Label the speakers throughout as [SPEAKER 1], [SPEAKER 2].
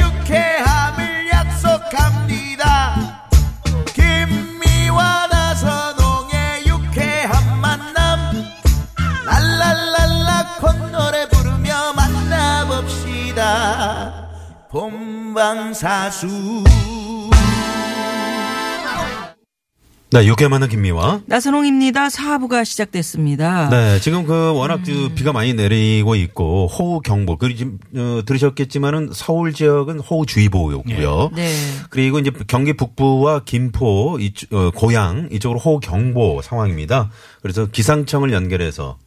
[SPEAKER 1] 유쾌함을 약속합니다 김미와 나선홍의 유쾌한 만남 랄랄랄라 콧노래 부르며 만나봅시다 본방사수
[SPEAKER 2] 네, 유쾌 만한 김미화.
[SPEAKER 3] 나선홍입니다. 사부가 시작됐습니다.
[SPEAKER 2] 네, 지금 그 워낙 그 비가 많이 내리고 있고 호우 경보. 그리고 지금 어, 들으셨겠지만은 서울 지역은 호우주의보였고요.
[SPEAKER 3] 네.
[SPEAKER 2] 그리고 이제 경기 북부와 김포 이 어, 고양 이쪽으로 호우 경보 상황입니다. 그래서 기상청을 연결해서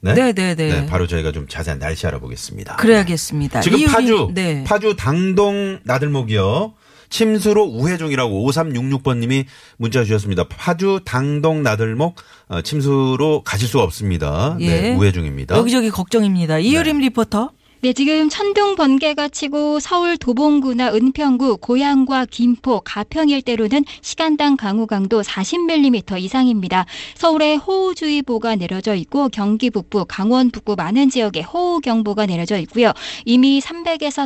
[SPEAKER 2] 네,
[SPEAKER 3] 네, 네, 네. 그렇죠.
[SPEAKER 2] 바로 저희가 좀 자세한 날씨 알아보겠습니다.
[SPEAKER 3] 그래야겠습니다.
[SPEAKER 2] 지금
[SPEAKER 3] 이유리-
[SPEAKER 2] 파주,
[SPEAKER 3] 네.
[SPEAKER 2] 파주 당동 나들목이요. 침수로 우회 중이라고 5366번님이 문자 주셨습니다. 파주 당동 나들목 어, 침수로 가실 수가 없습니다.
[SPEAKER 3] 예.
[SPEAKER 2] 네, 우회 중입니다.
[SPEAKER 3] 여기저기 걱정입니다. 이유림 리포터.
[SPEAKER 4] 네, 지금 천둥 번개가 치고 서울 도봉구나 은평구, 고양과 김포, 가평 일대로는 시간당 강우 강도 40mm 이상입니다. 서울에 호우주의보가 내려져 있고 경기 북부, 강원 북부 많은 지역에 호우경보가 내려져 있고요. 이미 300에서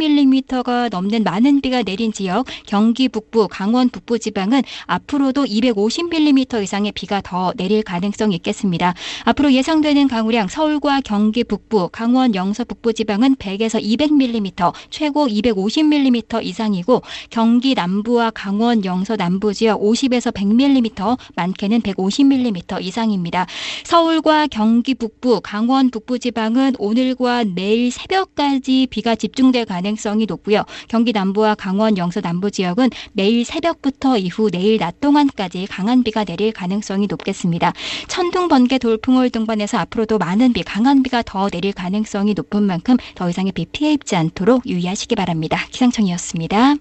[SPEAKER 4] 400mm가 넘는 많은 비가 내린 지역, 경기 북부, 강원 북부 지방은 앞으로도 250mm 이상의 비가 더 내릴 가능성이 있겠습니다. 앞으로 예상되는 강우량 서울과 경기 북부, 강원 영서 북부 지방은 100에서 200mm, 최고 250mm 이상이고 경기 남부와 강원 영서 남부 지역 50에서 100mm, 많게는 150mm 이상입니다. 서울과 경기 북부, 강원 북부 지방은 오늘과 내일 새벽까지 비가 집중될 가능성이 높고요. 경기 남부와 강원 영서 남부 지역은 내일 새벽부터 이후 내일 낮 동안까지 강한 비가 내릴 가능성이 높겠습니다. 천둥 번개 돌풍을 동반해서 앞으로도 많은 비, 강한 비가 더 내릴 가능성이 높은 만큼 더 이상의 비 피해 입지 않도록 유의하시기 바랍니다. 기상청이었습니다.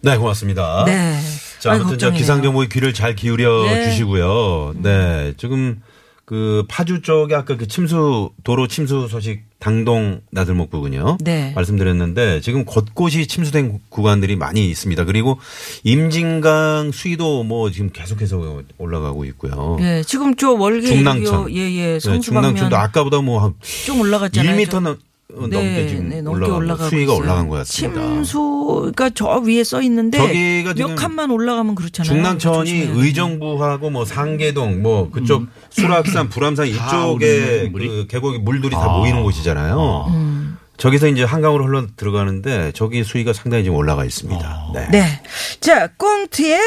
[SPEAKER 2] 네, 고맙습니다.
[SPEAKER 3] 네.
[SPEAKER 2] 자,
[SPEAKER 3] 아이,
[SPEAKER 2] 아무튼 저
[SPEAKER 3] 걱정이네요.
[SPEAKER 2] 기상경보에 귀를 잘 기울여
[SPEAKER 3] 네.
[SPEAKER 2] 주시고요. 네, 지금 그 파주 쪽에 아까 그 침수 도로 침수 소식 당동 나들목 부근요.
[SPEAKER 3] 네.
[SPEAKER 2] 말씀드렸는데 지금 곳곳이 침수된 구간들이 많이 있습니다. 그리고 임진강 수위도 뭐 지금 계속해서 올라가고 있고요.
[SPEAKER 3] 예, 지금 저 월계
[SPEAKER 2] 중랑천.
[SPEAKER 3] 일교, 예, 예.
[SPEAKER 2] 네,
[SPEAKER 3] 성수방면
[SPEAKER 2] 중랑천도 아까보다 뭐한
[SPEAKER 3] 좀 올라갔잖아요.
[SPEAKER 2] 1m
[SPEAKER 3] 좀.
[SPEAKER 2] 넘, 넘게 지금
[SPEAKER 3] 네,
[SPEAKER 2] 올라가고 수위가
[SPEAKER 3] 있어요.
[SPEAKER 2] 올라간 것 같습니다.
[SPEAKER 3] 침수가 저 위에 써 있는데
[SPEAKER 2] 저기가 지금
[SPEAKER 3] 몇 칸만 올라가면 그렇잖아요.
[SPEAKER 2] 중랑천이
[SPEAKER 3] 조심해야 음. 돼요.
[SPEAKER 2] 의정부하고 뭐 상계동 뭐 그쪽 수락산 불암산 이쪽에 그 계곡에 물들이
[SPEAKER 3] 아.
[SPEAKER 2] 다 모이는 곳이잖아요.
[SPEAKER 3] 어.
[SPEAKER 2] 저기서 이제 한강으로 흘러 들어가는데 저기 수위가 상당히 지금 올라가 있습니다. 네. 네.
[SPEAKER 3] 네. 자, 꽁트의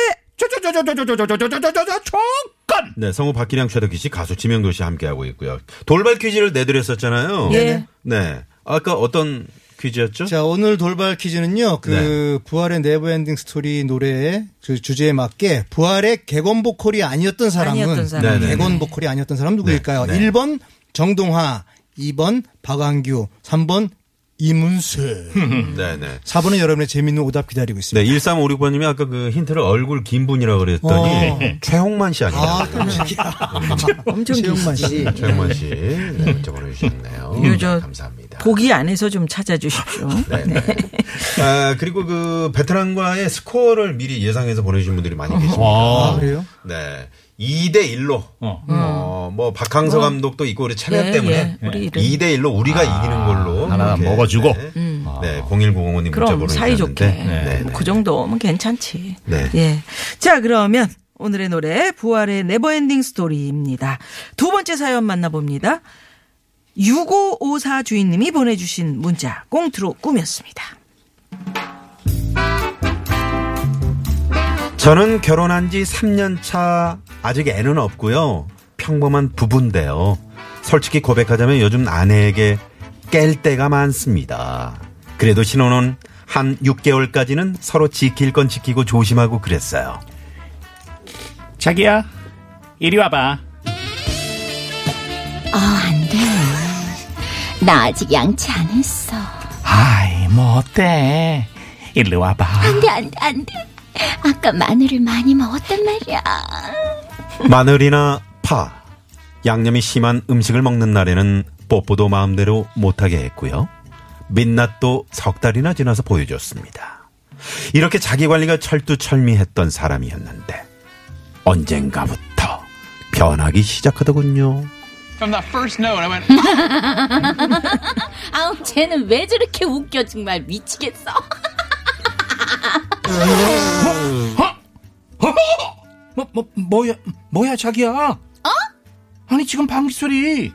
[SPEAKER 2] 네, 성우 박기량 최덕기 씨 가수 지명도 씨 함께 하고 있고요. 돌발 퀴즈를 내드렸었잖아요.
[SPEAKER 3] 예.
[SPEAKER 2] 네. 아까 어떤 퀴즈였죠?
[SPEAKER 5] 자, 오늘 돌발 퀴즈는요. 그
[SPEAKER 2] 네.
[SPEAKER 5] 부활의 네버엔딩 스토리 노래의 그 주제에 맞게 부활의 객원 보컬이 아니었던 사람은
[SPEAKER 3] 아니었던 사람.
[SPEAKER 2] 네네.
[SPEAKER 5] 객원 보컬이 아니었던 사람 누구일까요?
[SPEAKER 2] 네, 네.
[SPEAKER 5] 1번 정동화, 2번 박완규, 3번 이문세.
[SPEAKER 2] 네, 네.
[SPEAKER 5] 4번은 여러분의 재미있는 오답 기다리고 있습니다.
[SPEAKER 2] 네, 1356번님이 아까 그 힌트를 얼굴 긴 분이라고 그랬더니
[SPEAKER 5] 어.
[SPEAKER 2] 최홍만 씨 아니냐.
[SPEAKER 5] 아, 깜짝이야.
[SPEAKER 3] 엄청
[SPEAKER 5] 최영만
[SPEAKER 3] 기시지.
[SPEAKER 5] 씨.
[SPEAKER 2] 최영만 씨 네, 문자 보내주셨네요.
[SPEAKER 3] 이거 저
[SPEAKER 2] 감사합니다.
[SPEAKER 3] 보기 안에서 좀 찾아주십시오.
[SPEAKER 2] 네, 네. 아, 그리고 그 베테랑과의 스코어를 미리 예상해서 보내주신 분들이 많이 계십니다.
[SPEAKER 5] 아, 그래요?
[SPEAKER 2] 네. 2대 1로 어. 뭐 박항서 감독도 있고 우리 참여
[SPEAKER 3] 어. 예,
[SPEAKER 2] 때문에 네.
[SPEAKER 3] 예. 우리 이름. 음.
[SPEAKER 2] 2대 1로 우리가 이기는 걸로
[SPEAKER 6] 하나
[SPEAKER 2] 이렇게,
[SPEAKER 6] 먹어주고.
[SPEAKER 2] 네. 네, 0105님 문자
[SPEAKER 3] 그럼
[SPEAKER 2] 보내주셨는데
[SPEAKER 3] 사이좋게.
[SPEAKER 2] 네, 네,
[SPEAKER 3] 뭐그 정도면 괜찮지.
[SPEAKER 2] 네.
[SPEAKER 3] 예. 자, 그러면 오늘의 노래 부활의 네버엔딩 스토리입니다. 두 번째 사연 만나봅니다. 6554 주인님이 보내주신 문자 꽁트로 꾸몄습니다.
[SPEAKER 2] 저는 결혼한 지 3년 차 아직 애는 없고요. 평범한 부부인데요. 솔직히 고백하자면 요즘 아내에게 깰 때가 많습니다. 그래도 신혼은 한 6개월까지는 서로 지킬 건 지키고 조심하고 그랬어요.
[SPEAKER 6] 자기야, 이리 와봐.
[SPEAKER 7] 안 돼. 나 아직 양치 안 했어.
[SPEAKER 6] 아이, 뭐 어때? 이리 와봐.
[SPEAKER 7] 안 돼, 안 돼, 안 돼. 아까 마늘을 많이 먹었단 말이야.
[SPEAKER 2] 마늘이나 파, 양념이 심한 음식을 먹는 날에는 뽀뽀도 마음대로 못하게 했고요. 민낯도 석 달이나 지나서 보여줬습니다. 이렇게 자기 관리가 철두철미했던 사람이었는데 언젠가부터 변하기 시작하더군요.
[SPEAKER 7] 아우 쟤는 왜 저렇게 웃겨 정말 미치겠어.
[SPEAKER 6] 뭐, 뭐, 뭐야, 뭐야, 자기야? 어? 아니, 지금 방귀 소리.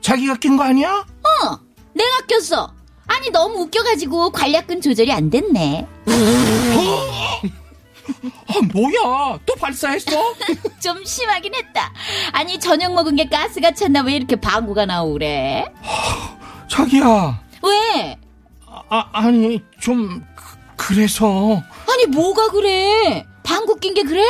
[SPEAKER 6] 자기가 낀 거 아니야?
[SPEAKER 7] 어, 내가 꼈어. 아니 너무 웃겨가지고 관략근 조절이 안 됐네.
[SPEAKER 6] 아, 뭐야? 또 발사했어?
[SPEAKER 7] 좀 심하긴 했다. 아니 저녁 먹은 게 가스가 찼나 왜 이렇게 방구가 나오래?
[SPEAKER 6] 자기야.
[SPEAKER 7] 왜?
[SPEAKER 6] 아, 아니, 좀, 그, 그래서.
[SPEAKER 7] 아니 뭐가 그래? 방구 낀 게 그래?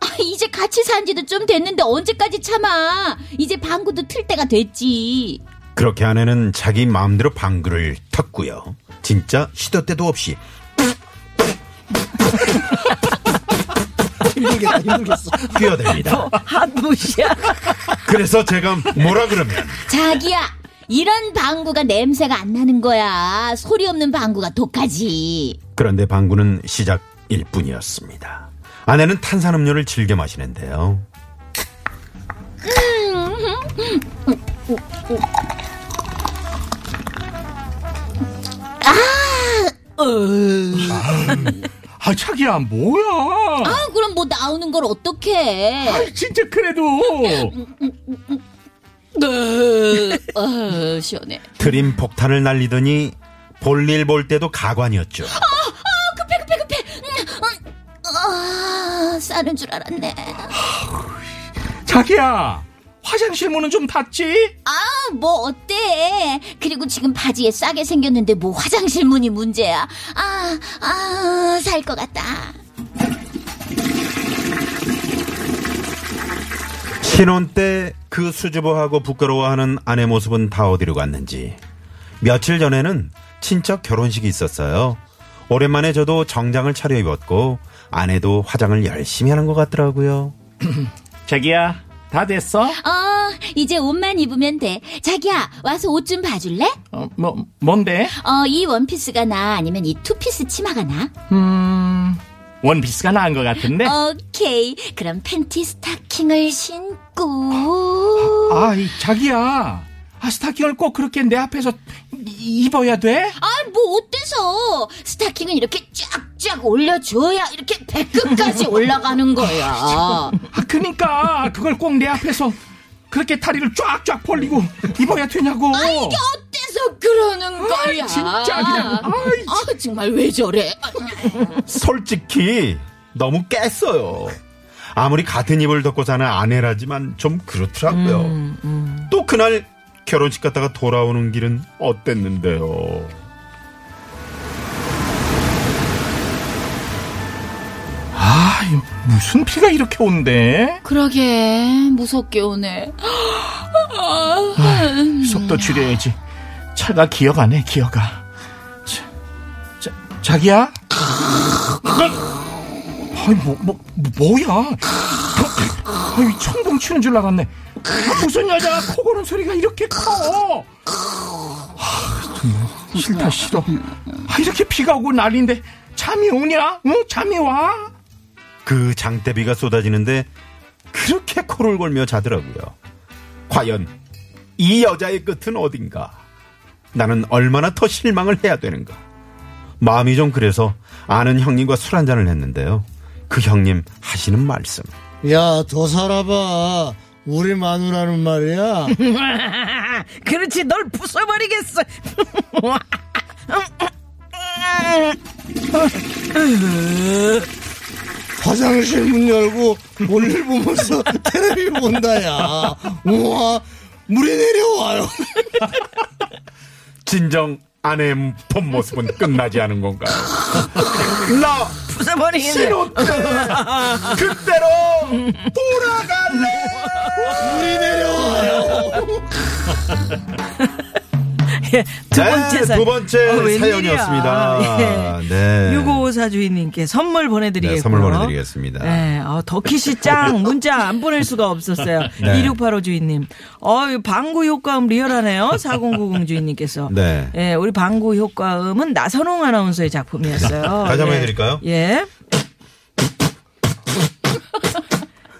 [SPEAKER 7] 아, 이제 같이 산 지도 좀 됐는데 언제까지 참아? 이제 방구도 틀 때가 됐지.
[SPEAKER 2] 그렇게 아내는 자기 마음대로 방구를 텄고요. 진짜 시도 때도 없이
[SPEAKER 5] 힘들겠다, 힘들겠어.
[SPEAKER 2] 뛰어댑니다.
[SPEAKER 3] 핫무시야.
[SPEAKER 2] 그래서 제가 뭐라 그러면
[SPEAKER 7] 자기야, 이런 방구가 냄새가 안 나는 거야. 소리 없는 방구가 독하지.
[SPEAKER 2] 그런데 방구는 시작일 뿐이었습니다. 아내는 탄산음료를 즐겨 마시는데요.
[SPEAKER 7] 어.
[SPEAKER 6] 아, 자기야, 뭐야?
[SPEAKER 7] 아, 그럼 뭐 나오는 걸 어떡해.
[SPEAKER 6] 진짜 그래도.
[SPEAKER 7] 어, 시원해.
[SPEAKER 2] 드림 폭탄을 날리더니 볼일 볼 때도 가관이었죠.
[SPEAKER 7] 급해, 급해, 급해. 음, 음, 아, 싸는 줄 알았네. 아,
[SPEAKER 6] 자기야, 화장실 문은 좀 닫지?
[SPEAKER 7] 아, 뭐 어때? 그리고 지금 바지에 싸게 생겼는데 뭐 화장실 문이 문제야. 아, 아, 살 것 같다.
[SPEAKER 2] 신혼 때 그 수줍어하고 부끄러워하는 아내 모습은 다 어디로 갔는지. 며칠 전에는 친척 결혼식이 있었어요. 오랜만에 저도 정장을 차려입었고 아내도 화장을 열심히 하는 것 같더라고요.
[SPEAKER 6] 자기야, 다 됐어?
[SPEAKER 7] 어, 이제 옷만 입으면 돼. 자기야, 와서 옷 좀 봐줄래?
[SPEAKER 6] 어, 뭐, 뭔데?
[SPEAKER 7] 어, 이 원피스가 나 아니면 이 투피스 치마가 나?
[SPEAKER 6] 음, 원피스가 나은 것 같은데?
[SPEAKER 7] 어. 오케이. 그럼 팬티 스타킹을 신고.
[SPEAKER 6] 아, 이 자기야. 아, 스타킹을 꼭 그렇게 내 앞에서 이- 입어야 돼?
[SPEAKER 7] 아, 뭐 어때서? 스타킹은 이렇게 쫙쫙 올려줘야 이렇게 배끝까지 올라가는 거야.
[SPEAKER 6] 아, 그니까 그걸 꼭 내 앞에서 그렇게 다리를 쫙쫙 벌리고 입어야 되냐고.
[SPEAKER 7] 아, 어때서 그러는 거야?
[SPEAKER 6] 진짜 그냥, 아이,
[SPEAKER 7] 아, 정말 왜 저래?
[SPEAKER 2] 솔직히 너무 깼어요. 아무리 같은 입을 덮고 사는 아내라지만 좀 그렇더라고요. 또 그날 결혼식 갔다가 돌아오는 길은 어땠는데요.
[SPEAKER 6] 아, 이 무슨 피가 이렇게 온대?
[SPEAKER 7] 그러게, 무섭게 오네.
[SPEAKER 6] 속도 줄여야지. 차가 기어가네, 기어가. 자, 자, 자기야? 아이, 뭐, 뭐, 뭐, 야 아이, 청동 치는 줄 알았네. 아, 무슨 여자가 코 고는 소리가 이렇게 커? 아, 정말 싫다, 싫어. 아, 이렇게 비가 오고 난리인데, 잠이 오냐? 응? 잠이 와?
[SPEAKER 2] 그 장대비가 쏟아지는데 그렇게 코를 골며 자더라고요. 과연 이 여자의 끝은 어딘가? 나는 얼마나 더 실망을 해야 되는가? 마음이 좀 그래서 아는 형님과 술 한잔을 했는데요. 그 형님 하시는 말씀.
[SPEAKER 5] 야, 더 살아봐. 우리 마누라는 말이야.
[SPEAKER 3] 그렇지, 널 부숴버리겠어.
[SPEAKER 5] 화장실 문 열고 몰래 보면서 테레비 본다야. 우와, 물이 내려와요.
[SPEAKER 2] 진정 아내의 본 모습은 끝나지 않은 건가요? 나
[SPEAKER 3] 부숴버리겠네.
[SPEAKER 2] 그대로 돌아갈래.
[SPEAKER 5] 물이 내려와요.
[SPEAKER 3] 예, 두
[SPEAKER 2] 네,
[SPEAKER 3] 번째 어, 아, 사연. 아,
[SPEAKER 2] 두 번째
[SPEAKER 3] 예.
[SPEAKER 2] 사연이었습니다. 네.
[SPEAKER 3] 6554 주인님께 선물 보내드리겠고요.
[SPEAKER 2] 네, 선물 보내드리겠습니다.
[SPEAKER 3] 네, 어, 더키시 짱 문자 안 보낼 수가 없었어요.
[SPEAKER 2] 네.
[SPEAKER 3] 2685 주인님. 어, 이 방구 효과음 리얼하네요. 4090 주인님께서.
[SPEAKER 2] 네.
[SPEAKER 3] 예, 우리 방구 효과음은 나선홍 아나운서의 작품이었어요.
[SPEAKER 2] 다시 한번
[SPEAKER 3] 예.
[SPEAKER 2] 해드릴까요?
[SPEAKER 3] 예.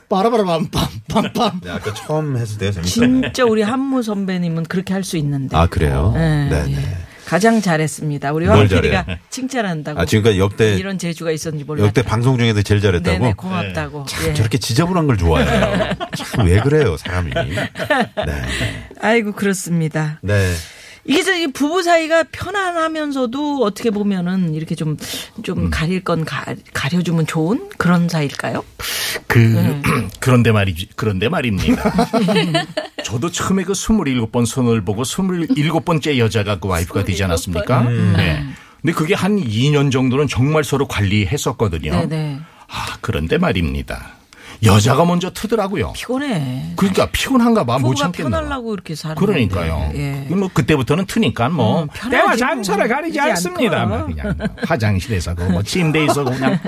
[SPEAKER 5] 빠라바라밤 빰빰빰.
[SPEAKER 2] 네, 아까 처음 했을 때가 재밌었네.
[SPEAKER 3] 진짜 우리 한무 선배님은 그렇게 할 수 있는데.
[SPEAKER 2] 아, 그래요?
[SPEAKER 3] 예,
[SPEAKER 2] 네,
[SPEAKER 3] 예.
[SPEAKER 2] 네.
[SPEAKER 3] 가장 잘했습니다. 우리
[SPEAKER 2] 뭘
[SPEAKER 3] 황 PD가
[SPEAKER 2] 잘해요?
[SPEAKER 3] 칭찬한다고.
[SPEAKER 2] 아, 지금까지 역대,
[SPEAKER 3] 이런 재주가 있었는지 몰랐다.
[SPEAKER 2] 역대 방송 중에서 제일 잘했다고?
[SPEAKER 3] 네네, 고맙다고.
[SPEAKER 2] 참
[SPEAKER 3] 예.
[SPEAKER 2] 저렇게 지저분한 걸 좋아해요. 참 왜 그래요, 사람이. 네.
[SPEAKER 3] 예. 아이고 그렇습니다.
[SPEAKER 2] 네.
[SPEAKER 3] 이게 저이 부부 사이가 편안하면서도 어떻게 보면은 이렇게 좀 좀 가릴 건 가, 가려주면 좋은 그런 사이일까요?
[SPEAKER 6] 그
[SPEAKER 3] 음.
[SPEAKER 6] 그런데 말이지 그런데 말입니다. 저도 처음에 그 27번 손을 보고 27번째 여자가 그 와이프가 되지 않았습니까?
[SPEAKER 3] 음.
[SPEAKER 6] 네. 근데 그게 한 2년 정도는 정말 서로 관리했었거든요.
[SPEAKER 3] 네네.
[SPEAKER 6] 아, 그런데 말입니다. 여자가 먼저 트더라고요.
[SPEAKER 3] 피곤해.
[SPEAKER 6] 그러니까 피곤한가 봐. 못
[SPEAKER 3] 부부가
[SPEAKER 6] 참겠나.
[SPEAKER 3] 편하려고 이렇게 사는
[SPEAKER 6] 그러니까요.
[SPEAKER 3] 건데. 예.
[SPEAKER 6] 뭐 그때부터는 트니까 뭐
[SPEAKER 3] 음, 편하지
[SPEAKER 6] 때와
[SPEAKER 3] 뭐.
[SPEAKER 6] 장소를 가리지
[SPEAKER 3] 그러지
[SPEAKER 6] 않습니다.
[SPEAKER 3] 않고.
[SPEAKER 6] 막 그냥 뭐 화장실에서 그뭐 침대에서 그냥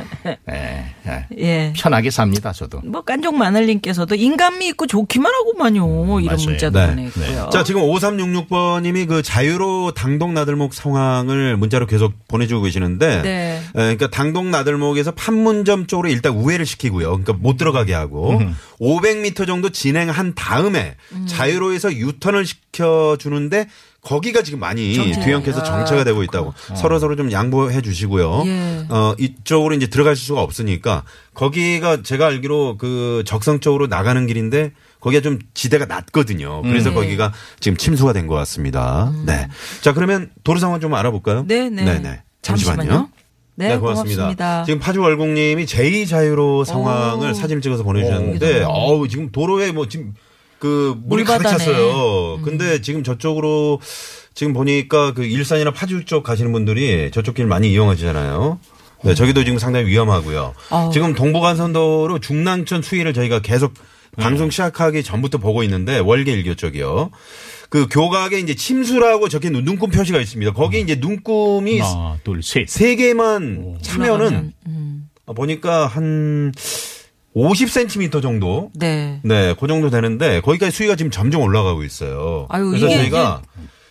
[SPEAKER 6] 예, 예.
[SPEAKER 3] 예.
[SPEAKER 6] 편하게 삽니다. 저도.
[SPEAKER 3] 뭐 깐족 마늘님께서도 인간미 있고 좋기만 하고만요 이런
[SPEAKER 6] 맞아요.
[SPEAKER 3] 문자도
[SPEAKER 2] 네.
[SPEAKER 3] 보내고요.
[SPEAKER 2] 자, 지금 5366번님이 그 자유로 당동 나들목 상황을 문자로 계속 보내주고 계시는데.
[SPEAKER 3] 네.
[SPEAKER 2] 예, 그러니까 당동 나들목에서 판문점 쪽으로 일단 우회를 시키고요. 그러니까 못 들어가게 하고 500m 정도 진행한 다음에 자유로에서 유턴을 시켜 주는데 거기가 지금 많이 뒤엉켜서 정체가 되고 아, 있다고 서로 서로 좀 양보해 주시고요.
[SPEAKER 3] 예.
[SPEAKER 2] 어 이쪽으로 이제 들어가실 수가 없으니까 거기가 제가 알기로 그 적성 쪽으로 나가는 길인데 거기가 좀 지대가 낮거든요. 그래서 거기가 지금 침수가 된 것 같습니다. 네. 자 그러면 도로 상황 좀 알아볼까요?
[SPEAKER 3] 네네.
[SPEAKER 2] 네네. 잠시만요.
[SPEAKER 3] 네, 고맙습니다.
[SPEAKER 2] 지금 파주 월곡님이 제2 자유로 상황을 사진을 찍어서 보내주셨는데, 어우 지금 도로에 뭐 지금 그 물이 가득
[SPEAKER 3] 물바다네. 음.
[SPEAKER 2] 찼어요. 근데 지금 저쪽으로 지금 보니까 그 일산이나 파주 쪽 가시는 분들이 저쪽 길 많이 이용하시잖아요. 네, 저기도 지금 상당히 위험하고요.
[SPEAKER 3] 아우.
[SPEAKER 2] 지금 동부간선도로 중랑천 수위를 저희가 계속
[SPEAKER 3] 네.
[SPEAKER 2] 방송 시작하기 전부터 보고 있는데 월계 일교 쪽이요. 그 교각에 이제 침수라고 적힌 눈금 표시가 있습니다.
[SPEAKER 3] 음.
[SPEAKER 2] 거기 이제
[SPEAKER 3] 아.
[SPEAKER 2] 눈금이
[SPEAKER 6] 하나, 둘, 셋.
[SPEAKER 3] 네.
[SPEAKER 2] 세 개만 차면은
[SPEAKER 3] 올라가면, 음.
[SPEAKER 2] 보니까 한 50cm 정도.
[SPEAKER 3] 네.
[SPEAKER 2] 네, 그 정도 되는데 거기까지 수위가 지금 점점 올라가고 있어요.
[SPEAKER 3] 아유,
[SPEAKER 2] 그래서
[SPEAKER 3] 이게 음.
[SPEAKER 2] 저희가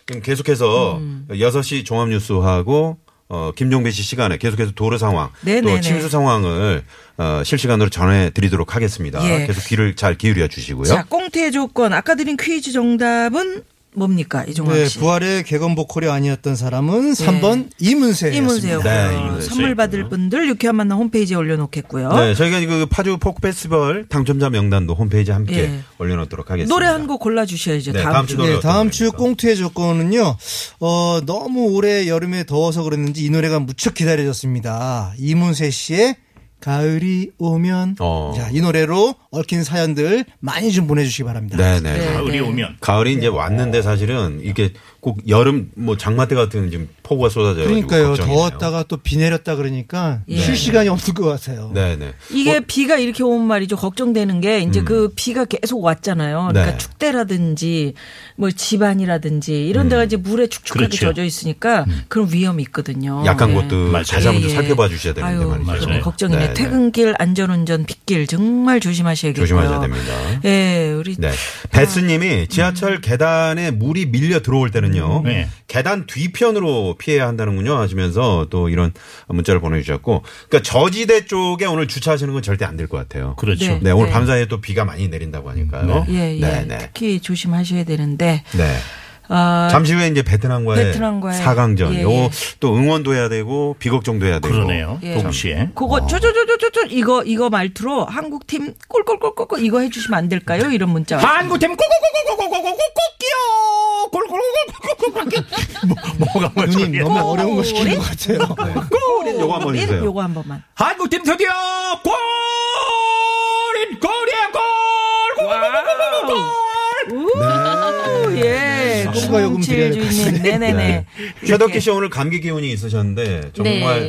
[SPEAKER 2] 지금 계속해서 6시 종합뉴스하고 어, 김종배 씨 시간에 계속해서 도로 상황
[SPEAKER 3] 네,
[SPEAKER 2] 또
[SPEAKER 3] 네,
[SPEAKER 2] 침수
[SPEAKER 3] 네.
[SPEAKER 2] 상황을 어, 실시간으로 전해드리도록 하겠습니다.
[SPEAKER 3] 예.
[SPEAKER 2] 계속 귀를 잘 기울여 주시고요.
[SPEAKER 3] 자, 꽁트의 조건 아까 드린 퀴즈 정답은 뭡니까 이종환
[SPEAKER 5] 네,
[SPEAKER 3] 씨?
[SPEAKER 5] 부활의 개건 보컬이 아니었던 사람은 3번
[SPEAKER 3] 이문세요.
[SPEAKER 5] 이문세였습니다.
[SPEAKER 2] 네, 이문세 씨.
[SPEAKER 3] 선물 받을 분들 유쾌한 만남 홈페이지에 올려놓겠고요.
[SPEAKER 2] 네, 저희가 그 파주 포크 페스티벌 당첨자 명단도 홈페이지에 함께
[SPEAKER 3] 예.
[SPEAKER 2] 올려놓도록 하겠습니다.
[SPEAKER 3] 노래 한 곡 골라주셔야죠.
[SPEAKER 2] 네,
[SPEAKER 3] 다음,
[SPEAKER 2] 다음
[SPEAKER 3] 주.
[SPEAKER 2] 주 노래
[SPEAKER 5] 네,
[SPEAKER 2] 어떤
[SPEAKER 5] 다음 주
[SPEAKER 2] 노래입니까?
[SPEAKER 5] 꽁트의 조건은요. 어, 너무 올해 여름에 더워서 그랬는지 이 노래가 무척 기다려졌습니다. 이문세 씨의 가을이 오면
[SPEAKER 2] 어.
[SPEAKER 5] 자, 이 노래로 얽힌 사연들 많이 좀 보내 주시기 바랍니다.
[SPEAKER 2] 네, 네.
[SPEAKER 3] 네.
[SPEAKER 6] 우리 오면.
[SPEAKER 2] 가을이 이제 왔는데 사실은 이게 꼭 여름 뭐 장마 때 같은 지금 폭우가 쏟아져요.
[SPEAKER 5] 네, 그러니까요. 더웠다가 또 비 내렸다 그러니까
[SPEAKER 3] 예.
[SPEAKER 5] 쉴 시간이 없을 것 같아요.
[SPEAKER 2] 네네.
[SPEAKER 3] 이게 비가 이렇게 오면 말이죠. 걱정되는 게 이제 그 비가 계속 왔잖아요. 그러니까
[SPEAKER 2] 음. 네.
[SPEAKER 3] 축대라든지 뭐 집안이라든지 이런
[SPEAKER 2] 음.
[SPEAKER 3] 데가 이제 물에 축축하게
[SPEAKER 6] 그렇죠.
[SPEAKER 3] 젖어 있으니까 그런 위험이 있거든요.
[SPEAKER 2] 약한
[SPEAKER 3] 예.
[SPEAKER 2] 곳도
[SPEAKER 6] 맞아요.
[SPEAKER 2] 다시 한번 좀
[SPEAKER 3] 예, 예.
[SPEAKER 2] 살펴봐 주셔야 되는데
[SPEAKER 3] 아유,
[SPEAKER 2] 말이죠.
[SPEAKER 3] 그럼 걱정이네.
[SPEAKER 2] 네, 네.
[SPEAKER 3] 퇴근길 안전운전 빗길 정말 조심하셔야겠고요.
[SPEAKER 2] 조심하셔야 됩니다.
[SPEAKER 3] 예, 우리
[SPEAKER 2] 네. 베스님이 지하철 계단에 물이 밀려 들어올 때는요.
[SPEAKER 6] 네.
[SPEAKER 2] 계단 뒤편으로 피해야 한다는군요. 하시면서 또 이런 문자를 보내주셨고. 그러니까 저지대 쪽에 오늘 주차하시는 건 절대 안 될 것 같아요.
[SPEAKER 6] 그렇죠.
[SPEAKER 3] 네.
[SPEAKER 2] 네. 오늘 밤사이에 또 비가 많이 내린다고 하니까요.
[SPEAKER 3] 예, 예.
[SPEAKER 2] 네, 네.
[SPEAKER 3] 특히 조심하셔야 되는데
[SPEAKER 2] 네.
[SPEAKER 3] 아,
[SPEAKER 2] 잠시 후에 이제 베트남과의,
[SPEAKER 3] 베트남과의-
[SPEAKER 2] 4강전.
[SPEAKER 3] 예,
[SPEAKER 2] 요거
[SPEAKER 3] 예.
[SPEAKER 2] 또 응원도 해야 되고 비걱정도 해야 되고.
[SPEAKER 6] 그러네요.
[SPEAKER 3] 예.
[SPEAKER 6] 동시에.
[SPEAKER 3] 그거 저저저저저 이거 이거 말투로 한국 팀 꼴꼴꼴꼴꼴 이거 해주시면 안 될까요? 이런 문자.
[SPEAKER 1] 아,
[SPEAKER 3] 왔어요.
[SPEAKER 6] 한국팀 꼬꼬꼬꼬꼬꼬꼬꼬꼬끼요 골골골골골골골 뭐가 뭐야
[SPEAKER 5] 누님
[SPEAKER 6] 저게
[SPEAKER 5] 너무 어려운 거 시키는 것 같아요.
[SPEAKER 2] 꼬린 요거 한번 해주세요.
[SPEAKER 3] 네, 요거 한 번만.
[SPEAKER 6] 한국팀 드디어 골인 골이야
[SPEAKER 1] 아.
[SPEAKER 6] 골골골골골골
[SPEAKER 3] 오, 예.
[SPEAKER 5] 추가 요금 드려야
[SPEAKER 3] 007
[SPEAKER 5] 될것
[SPEAKER 3] 주인님. 네네네.
[SPEAKER 2] 최덕기 씨 오늘 감기 기운이 있으셨는데 정말
[SPEAKER 7] 네.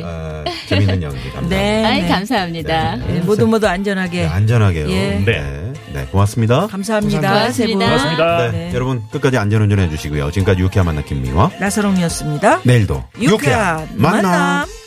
[SPEAKER 2] 에, 재밌는 아, 연기 감사합니다.
[SPEAKER 3] 네.
[SPEAKER 7] 아이
[SPEAKER 3] 네.
[SPEAKER 7] 감사합니다.
[SPEAKER 3] 네, 모두 모두 안전하게.
[SPEAKER 2] 안전하게요.
[SPEAKER 3] 예.
[SPEAKER 6] 네.
[SPEAKER 2] 네, 고맙습니다.
[SPEAKER 3] 감사합니다. 세 분.
[SPEAKER 7] 고맙습니다.
[SPEAKER 6] 고맙습니다.
[SPEAKER 2] 네, 여러분 끝까지 안전운전 해주시고요. 지금까지 네. 유쾌한 만남 김미화.
[SPEAKER 3] 나서롱이었습니다.
[SPEAKER 2] 내일도
[SPEAKER 3] 유쾌한 만남.